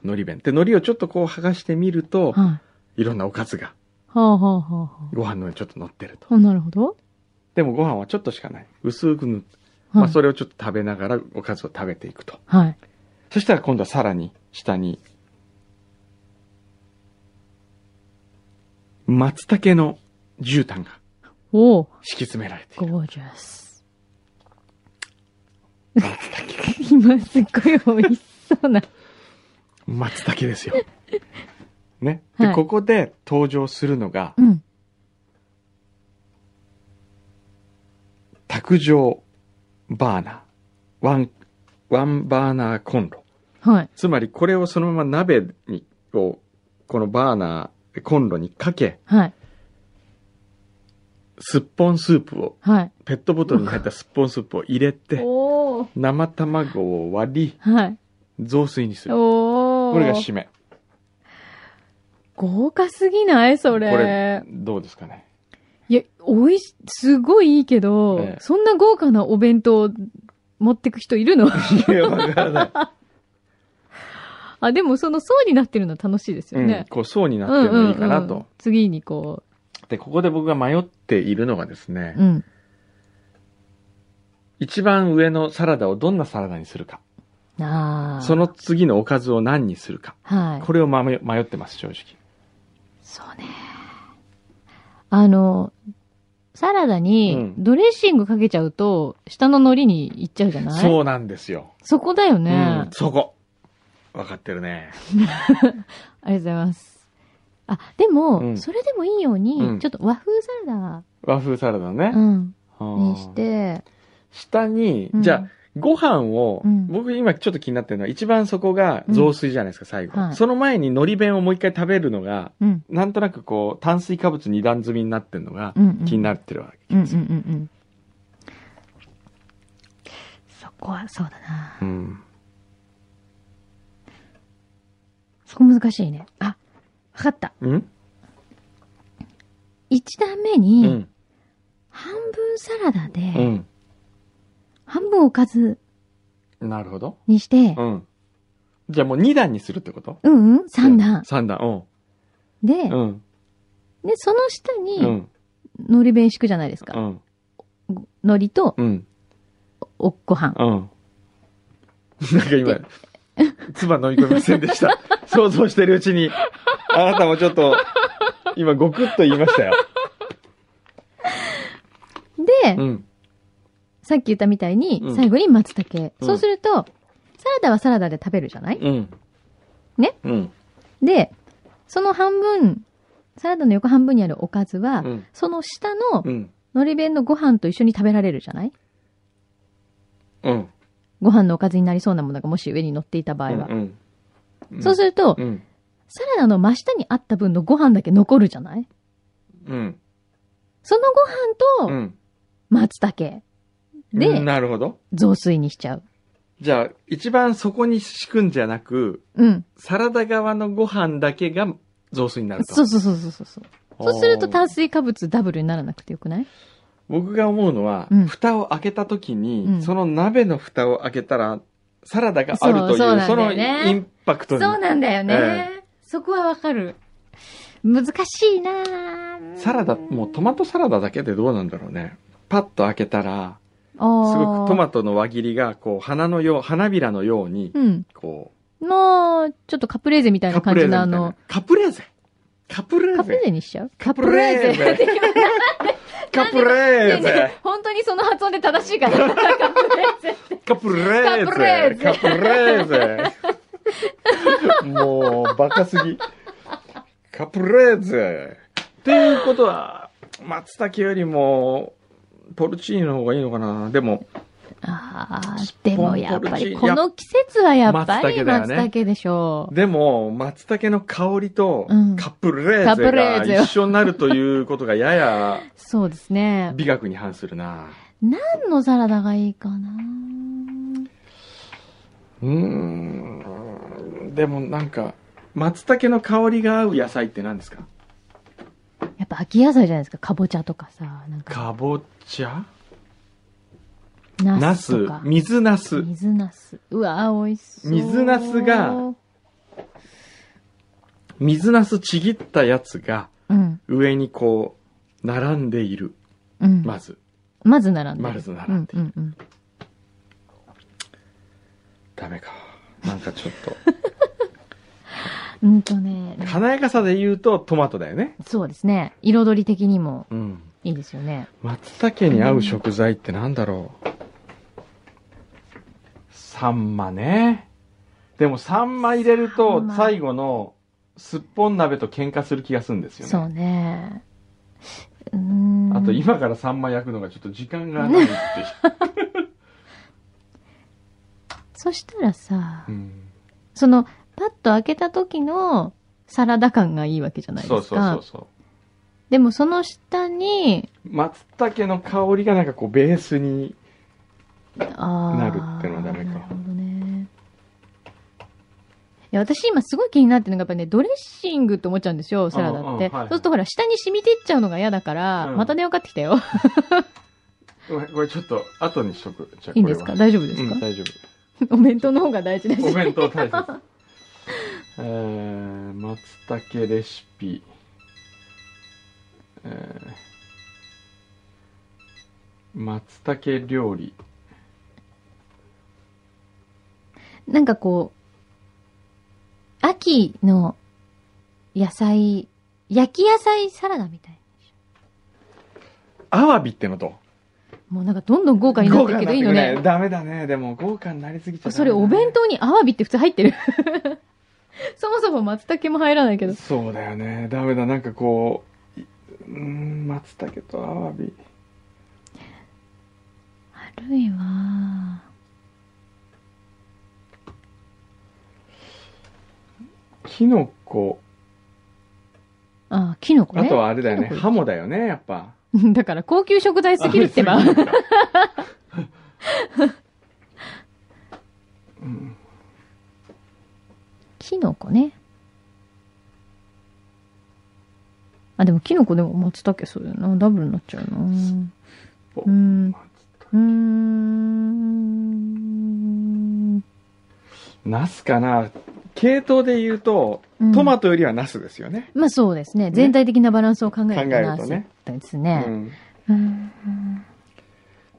Speaker 1: 海苔弁。で、海苔をちょっとこう剥がしてみる
Speaker 2: い。
Speaker 1: と、
Speaker 2: はい。はい
Speaker 1: ろんなおかずが、
Speaker 2: あはあはあは
Speaker 1: ご飯の上にちょっと乗ってると。
Speaker 2: あ。あ、なるほど。
Speaker 1: でもご飯はちょっとしかない。薄く塗って、
Speaker 2: は
Speaker 1: ま
Speaker 2: い。
Speaker 1: あそれをちょっと食べながらおかずを食べていくと。
Speaker 2: はい。
Speaker 1: そしたら今度はさらに、下に、松茸の絨毯が
Speaker 2: おお、
Speaker 1: 敷き詰められている。
Speaker 2: ゴージャス。
Speaker 1: 松
Speaker 2: 今すっごい美味しそうな。
Speaker 1: 茸。 松茸ですよ。ね。で、
Speaker 2: はい
Speaker 1: ここで登場するのが
Speaker 2: う、ん。
Speaker 1: 卓上バーナー。ワン、ワンバーナーコンロ。
Speaker 2: はい。
Speaker 1: つまりこれをそのまま鍋に、こう、このバーナー、コンロにかけ、
Speaker 2: はい。
Speaker 1: すっぽんスープを、
Speaker 2: はい。
Speaker 1: ペットボトルに入ったすっぽんスープを入れて、
Speaker 2: おお。
Speaker 1: 生卵を割
Speaker 2: はい。
Speaker 1: り、雑炊にする。
Speaker 2: おお。
Speaker 1: これが締め。
Speaker 2: 豪華すぎないそれ。
Speaker 1: これどうですかね。
Speaker 2: いや、おいし、すごいいいけど、
Speaker 1: ええ
Speaker 2: そんな豪華なお弁当持ってく人 いるの
Speaker 1: いや、わからない。
Speaker 2: あ、でもその層になってるの楽しいですよ
Speaker 1: うん
Speaker 2: ね。。
Speaker 1: こう、層にな
Speaker 2: う
Speaker 1: ってるのいいかなと。
Speaker 2: んうんうん次にこ
Speaker 1: で、ここで僕が迷っているのがですね、
Speaker 2: う、うん。
Speaker 1: 一番上のサラダをどんなサラダにするか、
Speaker 2: ああ。
Speaker 1: そ、の次のおかずを何にするか、
Speaker 2: はい。
Speaker 1: これをま迷迷ってます、正直。
Speaker 2: そうね。あの、サラダ
Speaker 1: う
Speaker 2: に
Speaker 1: ん
Speaker 2: ドレッシングかけちゃうと、下の海苔にいっちゃうじゃない
Speaker 1: そうなんですよ。
Speaker 2: そこだよね。
Speaker 1: うん、そこ。わかってるね。
Speaker 2: ありがとうございます。あ、でも、
Speaker 1: うん
Speaker 2: それでもいいように、
Speaker 1: うん
Speaker 2: ちょっと和風サラ
Speaker 1: 和風サラダね
Speaker 2: ダ、。うん、
Speaker 1: うん
Speaker 2: にして、
Speaker 1: 下に、
Speaker 2: うん
Speaker 1: じゃあ、ご飯を、
Speaker 2: うん
Speaker 1: 僕今ちょっと気になってるのは、一番そこが雑炊じゃないですか、最後。
Speaker 2: はい
Speaker 1: その前に海苔弁をもう一回食べるのが、
Speaker 2: うん、
Speaker 1: なんとなくこう、炭水化物二段積みになってるのが
Speaker 2: う、ん、うん。
Speaker 1: 気になってるわけ
Speaker 2: うん、う
Speaker 1: で
Speaker 2: ん、
Speaker 1: す
Speaker 2: うん、う
Speaker 1: よ。
Speaker 2: ん。そこは、そうだな。
Speaker 1: うん
Speaker 2: そこ難しいね。あ、わかった。
Speaker 1: うん
Speaker 2: 一段目
Speaker 1: う
Speaker 2: に、
Speaker 1: ん
Speaker 2: 半分サラダで、
Speaker 1: うん。
Speaker 2: 半分おかず
Speaker 1: なるほど。
Speaker 2: にして
Speaker 1: う、ん。じゃあもう2段にするってこと
Speaker 2: うん、うん、三段。
Speaker 1: ?3 段。
Speaker 2: で、
Speaker 1: うん。うん。
Speaker 2: で、その下に、
Speaker 1: うん。
Speaker 2: 海苔弁敷くじゃないです
Speaker 1: う
Speaker 2: か。
Speaker 1: ん。
Speaker 2: 海苔と、
Speaker 1: うん。
Speaker 2: お、ご飯。
Speaker 1: うん。なんか 今、唾飲み込みませんでした。想像してるうちに、あなたもちょっと、今、ごくっと言いましたよ。
Speaker 2: で、
Speaker 1: うん。
Speaker 2: さっき言ったみたいに
Speaker 1: う、ん
Speaker 2: 最後に松茸。
Speaker 1: うん
Speaker 2: そうすると、サラダはサラダで食べるじゃない
Speaker 1: うん。
Speaker 2: ね
Speaker 1: うん。
Speaker 2: で、その半分サラダの横半分にあるおかずは、
Speaker 1: うん。
Speaker 2: その下の
Speaker 1: うん。
Speaker 2: 海苔弁のご飯と一緒に食べられるじゃない
Speaker 1: うん。
Speaker 2: ご飯のおかずになりそうなものがもし上に乗っていた場合は。
Speaker 1: うん。うん
Speaker 2: そうすると、
Speaker 1: うん。
Speaker 2: サラダの真下にあった分のご飯だけ残るじゃない
Speaker 1: うん。
Speaker 2: そのご
Speaker 1: う
Speaker 2: 飯と、
Speaker 1: ん。
Speaker 2: 松茸
Speaker 1: うん
Speaker 2: で、
Speaker 1: なるほど。
Speaker 2: 雑炊にしちゃう。
Speaker 1: じゃあ、一番そこに敷くんじゃなく、
Speaker 2: うん。
Speaker 1: サラダ側のご飯だけが雑炊になると。
Speaker 2: そうそうそうそうそうそう。
Speaker 1: おー
Speaker 2: そうすると炭水化物ダブルにならなくてよくない
Speaker 1: 僕が思うのは、
Speaker 2: うん
Speaker 1: 蓋を開けた時に、
Speaker 2: うん
Speaker 1: その鍋の蓋を開けたら、サラダがあるという、
Speaker 2: そうそう
Speaker 1: そ
Speaker 2: なんだ
Speaker 1: の
Speaker 2: よね
Speaker 1: インパクト
Speaker 2: そう
Speaker 1: に。
Speaker 2: なんだよね。
Speaker 1: え
Speaker 2: そこはわかる。難しいなぁ
Speaker 1: サラダ、もうトマトサラダだけでどうなんだろうね。パッと開けたら、す
Speaker 2: あー
Speaker 1: ごくトマトの輪切りが、こう、花のよう、花びらのように、
Speaker 2: うん。
Speaker 1: こ
Speaker 2: もう、ちょっとカプレーゼみた
Speaker 1: う、
Speaker 2: いな
Speaker 1: カプレー
Speaker 2: 感
Speaker 1: ゼ
Speaker 2: じ
Speaker 1: みた
Speaker 2: のあ
Speaker 1: い
Speaker 2: の
Speaker 1: な、。カプレーゼカプレー
Speaker 2: カプレ
Speaker 1: ゼ
Speaker 2: ーゼにしちゃう
Speaker 1: カプレーゼ
Speaker 2: カプレーゼ
Speaker 1: カプレーゼ
Speaker 2: 本当にその発音で正しいから。カプレーゼ。
Speaker 1: カプレーゼ
Speaker 2: カ
Speaker 1: カプレー ゼもう、バカすぎ。カプレーゼっていうことは、松茸よりも、ポルチーニの方がいいのかなでも、
Speaker 2: ああ
Speaker 1: ス、ポン
Speaker 2: でもやっぱ
Speaker 1: ポルチ
Speaker 2: り、
Speaker 1: ー
Speaker 2: この季節はやっぱり
Speaker 1: 松茸だよ
Speaker 2: 松
Speaker 1: ね
Speaker 2: 茸でしょう。
Speaker 1: でも、松茸の香りと
Speaker 2: うん
Speaker 1: カプレー
Speaker 2: カ
Speaker 1: ゼ
Speaker 2: プレーゼ
Speaker 1: が
Speaker 2: は
Speaker 1: 一緒になるということがやや
Speaker 2: そうですね。
Speaker 1: 美学に反するな。
Speaker 2: 何のサラダがいいかな
Speaker 1: うーん。でもなんか、松茸の香りが合う野菜って何ですか
Speaker 2: やっぱ秋野菜じゃないですか。かぼちゃとかさ、なんか、
Speaker 1: かぼちゃ
Speaker 2: ナ
Speaker 1: ナ
Speaker 2: スと
Speaker 1: ス
Speaker 2: か。
Speaker 1: 水ナス。
Speaker 2: 水ナス。うわ、美味しそう。
Speaker 1: 水ナスが、水ナスちぎったやつが
Speaker 2: うん、
Speaker 1: 上にこう、並んでいる。
Speaker 2: うん。
Speaker 1: まず。
Speaker 2: まず並んでる。
Speaker 1: まず並んで
Speaker 2: る。うんうん
Speaker 1: ダメか。なんかちょっ
Speaker 2: うん。うんとね
Speaker 1: と。、華やかさで言うとトマトだよね。
Speaker 2: そうですね。彩り的にも
Speaker 1: うん。
Speaker 2: いいですよね。
Speaker 1: 松茸に合う食材ってなんだろう、サンマねでもサンマ入れる
Speaker 2: サ
Speaker 1: と
Speaker 2: ンマ
Speaker 1: 最後のすっぽん鍋と喧嘩する気がするんですよね
Speaker 2: そうね。うーん。
Speaker 1: あと今からサンマ焼くのがちょっと時間がない っていう、
Speaker 2: そしたらさ
Speaker 1: う、ん
Speaker 2: その、パッと開けた時のサラダ感がいいわけじゃないです
Speaker 1: そ
Speaker 2: か。
Speaker 1: うそうそうそう
Speaker 2: でもその下に、
Speaker 1: 松茸の香りがなんかこうベースに
Speaker 2: あー
Speaker 1: なるってのはダメか
Speaker 2: なるほどね。いや、私今すごい気になってるのが、やっぱりね、ドレッシングって思っちゃうんですよ、サラダ
Speaker 1: うんうん
Speaker 2: っ
Speaker 1: はい
Speaker 2: て。
Speaker 1: はいう
Speaker 2: そするとほら、下に染みていっちゃうのが嫌だから、
Speaker 1: うん
Speaker 2: また電話かかってき たよ。
Speaker 1: ごめんこれちょっと後にしとくじゃあこれはい
Speaker 2: いんですか大丈夫ですか
Speaker 1: うん、大丈
Speaker 2: お弁当の方が大事だし
Speaker 1: 夫お。弁当大切えー、松茸レシピえー、松茸料理
Speaker 2: なんかこう、秋の野菜、焼き野菜サラダみたい。
Speaker 1: アワビってのと
Speaker 2: もうなんかどんどん豪華になってるけどいいのね。
Speaker 1: ダメだねでも豪華になりすぎちゃ
Speaker 2: それお弁当にアワビって普通入ってる。 そもそも松茸も入らないけ
Speaker 1: 当
Speaker 2: ど。
Speaker 1: そうだよねダメだなんかこういうーん松茸とアワビ
Speaker 2: 悪いわ
Speaker 1: キノコ
Speaker 2: あ、キノコ
Speaker 1: あ
Speaker 2: ね。
Speaker 1: とはあれだよ
Speaker 2: キ
Speaker 1: ね
Speaker 2: ノコ
Speaker 1: ハモだよねやっぱ
Speaker 2: だから高級食材すぎるってば。
Speaker 1: あれうん
Speaker 2: キノコね。あ、でもキノコでも松茸そうだよな。ダブルになっちゃうな。
Speaker 1: お
Speaker 2: うん。
Speaker 1: 松茸
Speaker 2: うーん。
Speaker 1: ナスかな系統で言うと、
Speaker 2: うん
Speaker 1: トマトよりはナスですよね。
Speaker 2: まあそうですね。全体的なバランスを考える
Speaker 1: 考えるとね。
Speaker 2: です
Speaker 1: う
Speaker 2: ね。
Speaker 1: ん。
Speaker 2: うん。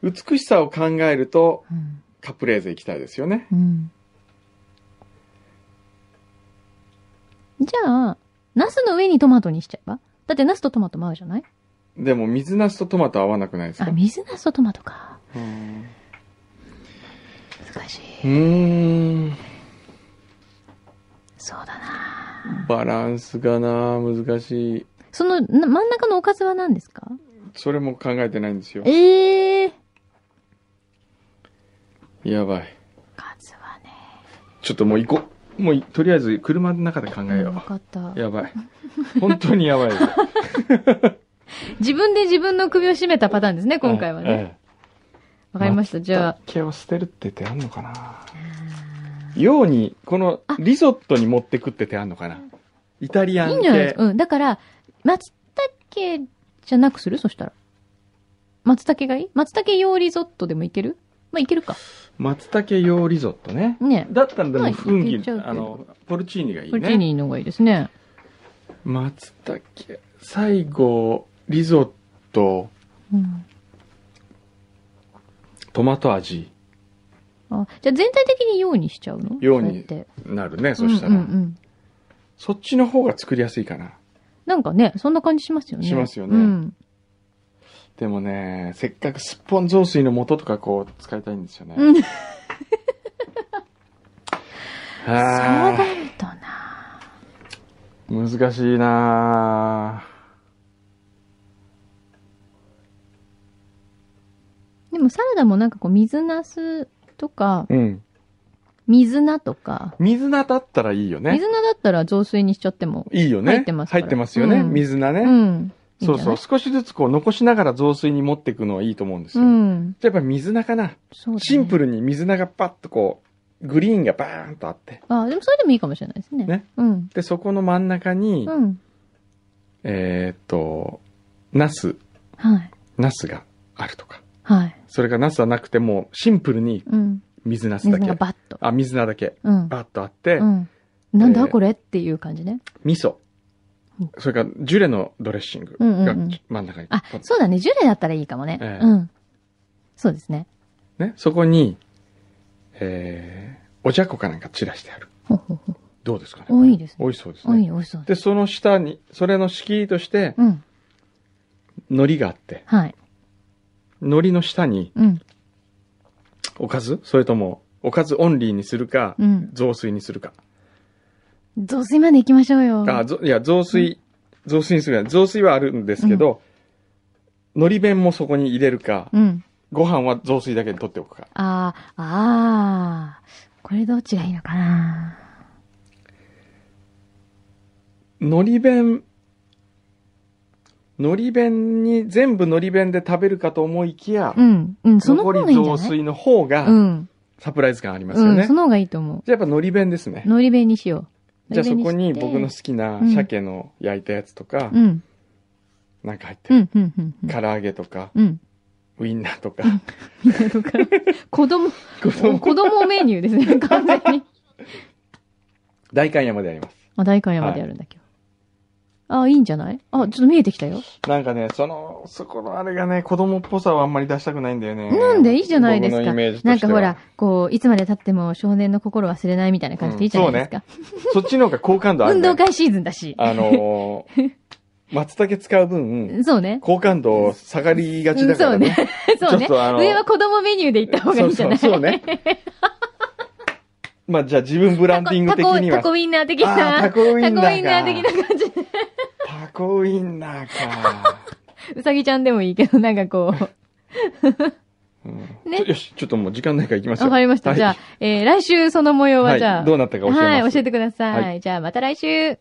Speaker 1: 美しさを考えると、
Speaker 2: うん。
Speaker 1: カプレーゼ行きたいですよね。
Speaker 2: うん。じゃあ、ナスの上にトマトにしちゃえばだってナスとトマトも合うじゃない
Speaker 1: でも、水ナスとトマト合わなくないです
Speaker 2: あ、
Speaker 1: か
Speaker 2: 水ナスとトマトか。
Speaker 1: うん。
Speaker 2: 難し
Speaker 1: う
Speaker 2: い。
Speaker 1: ーん。
Speaker 2: そうだな。
Speaker 1: バランスがな難しい。
Speaker 2: その、な真ん中のおかずは何ですか
Speaker 1: それも考えてないんですよ。
Speaker 2: ええー。
Speaker 1: やばい。
Speaker 2: おかずはね。
Speaker 1: ちょっともう行こう。もうい、とりあえず車の中で考えよ
Speaker 2: 分かった
Speaker 1: う。。やばい。本当にやばいよ。
Speaker 2: 自分で自分の首を絞めたパターンですね、 今回はね。
Speaker 1: ね。
Speaker 2: わかりました。じゃあ。
Speaker 1: 毛を捨てるって手あんのかなように、このリゾットに持ってくって手あんのかなイタリア
Speaker 2: いい
Speaker 1: ン
Speaker 2: んじゃないです
Speaker 1: 系
Speaker 2: か。。うん。だから、松茸じゃなくするそしたら。松茸がいい松茸用リゾットでもいけるまあ、いけるか。
Speaker 1: 松茸用リゾットね。
Speaker 2: ね。
Speaker 1: だったらでも
Speaker 2: まあ
Speaker 1: 雰
Speaker 2: い
Speaker 1: 囲
Speaker 2: け
Speaker 1: 気、
Speaker 2: ちゃうけど
Speaker 1: あの、ポルチーニがいい
Speaker 2: これチー
Speaker 1: ね。
Speaker 2: ニーの方がいいですね。
Speaker 1: 松茸、最後、リゾット、
Speaker 2: うん。
Speaker 1: トマト味
Speaker 2: あ、じゃあ全体的に用にしちゃうの
Speaker 1: 用に
Speaker 2: そうやって。
Speaker 1: なるね、そしたら。
Speaker 2: うんうんうん。
Speaker 1: そっちの方が作りやすいかな。
Speaker 2: なんかね、そんな感じしますよね。
Speaker 1: しますよね
Speaker 2: うん。
Speaker 1: でもね、せっかくすっぽん雑炊の素とかこう使いたいんですよね。
Speaker 2: うん
Speaker 1: は
Speaker 2: そうな
Speaker 1: あ、
Speaker 2: るとな。
Speaker 1: 難しいなあ
Speaker 2: でもサラダもなんかこう、水なすとか、
Speaker 1: うん。
Speaker 2: 水菜とか、
Speaker 1: 水菜だったらいいよね
Speaker 2: 水。菜だったら雑炊にしちゃっても。
Speaker 1: いいよね。
Speaker 2: 入ってますから
Speaker 1: 入ってますよね。
Speaker 2: うん
Speaker 1: 水菜ね、
Speaker 2: うん。いいんじ
Speaker 1: そ
Speaker 2: ゃ
Speaker 1: う
Speaker 2: ない
Speaker 1: そう。少しずつこう残しながら雑炊に持っていくのはいいと思うんですよ。
Speaker 2: う
Speaker 1: じゃ
Speaker 2: ん。
Speaker 1: あやっぱ水菜かな、
Speaker 2: そうだね
Speaker 1: シンプルに水菜がパッとこう、グリーンがバーンとあって。
Speaker 2: あ、でもそれでもいいかもしれないですね。
Speaker 1: ね
Speaker 2: うん。
Speaker 1: で、そこの真ん中に、
Speaker 2: うん。
Speaker 1: えーっと、ナス、
Speaker 2: はい。
Speaker 1: ナスがあるとか。
Speaker 2: はい。
Speaker 1: それがナスはなくても、シンプルに
Speaker 2: うん。
Speaker 1: 水ナスだ
Speaker 2: 水
Speaker 1: け
Speaker 2: が。バッと。
Speaker 1: あ、水菜だけ。
Speaker 2: うん。
Speaker 1: バッとあって、
Speaker 2: うん。なんだこれっていう感じね。
Speaker 1: 味噌
Speaker 2: うん。
Speaker 1: それから、ジュレのドレッシング
Speaker 2: うんうん
Speaker 1: が
Speaker 2: うん
Speaker 1: 真ん中に。
Speaker 2: あ、そうだね。ジュレだったらいいかもね。
Speaker 1: ええ
Speaker 2: うん。そうですね。
Speaker 1: ね、そこに、えー、おじゃこかなんか散らしてある。
Speaker 2: ほうほうほう。
Speaker 1: どうですかね
Speaker 2: おいいですね
Speaker 1: 美味しそうです
Speaker 2: おい、
Speaker 1: ね。
Speaker 2: 美味しそう。
Speaker 1: で、その下に、それの仕切りとして、
Speaker 2: うん。
Speaker 1: 海苔があって、
Speaker 2: はい。
Speaker 1: 海苔の下に、
Speaker 2: うん。
Speaker 1: おかずそれとも、おかずオンリーにするか、
Speaker 2: うん
Speaker 1: 雑炊にするか。
Speaker 2: 雑炊まで行きましょうよ。
Speaker 1: あ、ぞいや、雑炊、雑炊にするか。雑炊はあるんですけど、海苔弁もそこに入れるか、
Speaker 2: うん。
Speaker 1: ご飯は雑炊だけで取っておくか。
Speaker 2: あー、あー。これどっちがいいのかな
Speaker 1: 海苔弁、海苔弁に、全部海苔弁で食べるかと思いきや、
Speaker 2: うん。うん、その方
Speaker 1: 残
Speaker 2: が
Speaker 1: り
Speaker 2: いいんじ
Speaker 1: 雑
Speaker 2: ゃない
Speaker 1: 炊の方
Speaker 2: う
Speaker 1: が、
Speaker 2: ん。
Speaker 1: サプライズ感ありますよ
Speaker 2: うん、
Speaker 1: ね。
Speaker 2: その方がいいと思
Speaker 1: じゃあやっぱ海苔弁ですね
Speaker 2: う。。海苔弁にしよう。
Speaker 1: じゃあそ
Speaker 2: 海
Speaker 1: こ
Speaker 2: 苔弁
Speaker 1: に
Speaker 2: して
Speaker 1: 僕の好きな
Speaker 2: うん
Speaker 1: 鮭の焼いたやつとか
Speaker 2: う、ん。
Speaker 1: なんか入って
Speaker 2: う
Speaker 1: る。
Speaker 2: ん、うん、うん。うん
Speaker 1: 唐揚げとか、
Speaker 2: うん。
Speaker 1: ウインナーとか、
Speaker 2: みたいなのから子供、
Speaker 1: 子供
Speaker 2: 子供メニューですね、完全に。
Speaker 1: 大観山であります。
Speaker 2: あ、大観山でやるんだけど。あ、いいんじゃないあ、ちょっと見えてきたよ。
Speaker 1: なんかね、その、そこのあれがね、子供っぽさはあんまり出したくないんだよね。
Speaker 2: なんでいいじゃないですか
Speaker 1: 僕のイメージと
Speaker 2: なん
Speaker 1: して
Speaker 2: か
Speaker 1: は
Speaker 2: ほら、、こう、いつまで経っても少年の心忘れないみたいな感じでいいじゃないですか。
Speaker 1: そっちの方が好感度ある、
Speaker 2: 運
Speaker 1: ね。
Speaker 2: 動会シーズンだし。
Speaker 1: あの ー、松茸使う分、
Speaker 2: そうね。
Speaker 1: 好感度下がりがちだか
Speaker 2: そ
Speaker 1: ら
Speaker 2: う
Speaker 1: ね
Speaker 2: ね。。 そう
Speaker 1: ちょ
Speaker 2: ね。
Speaker 1: っとあの
Speaker 2: 上は子供メニューで行った方がいいんじゃない
Speaker 1: そうそうそうね。 まあじゃあ自分ブランディング
Speaker 2: タ
Speaker 1: 的
Speaker 2: コ、
Speaker 1: には。
Speaker 2: タコウインナー的
Speaker 1: あー
Speaker 2: な。
Speaker 1: タコウインナーか
Speaker 2: タコウインナー的な感じで。
Speaker 1: タコウインナーか。
Speaker 2: うさぎちゃんでもいいけど、なんかこう。
Speaker 1: うん
Speaker 2: ね
Speaker 1: ちょよし、ちょっともう時間ないから行きますよ。
Speaker 2: わかりました。
Speaker 1: はい
Speaker 2: じゃあ、えー来週その模様はじゃあ。
Speaker 1: はいどうなったか教えます
Speaker 2: はい、教えてください。
Speaker 1: は
Speaker 2: じゃあ、また来週。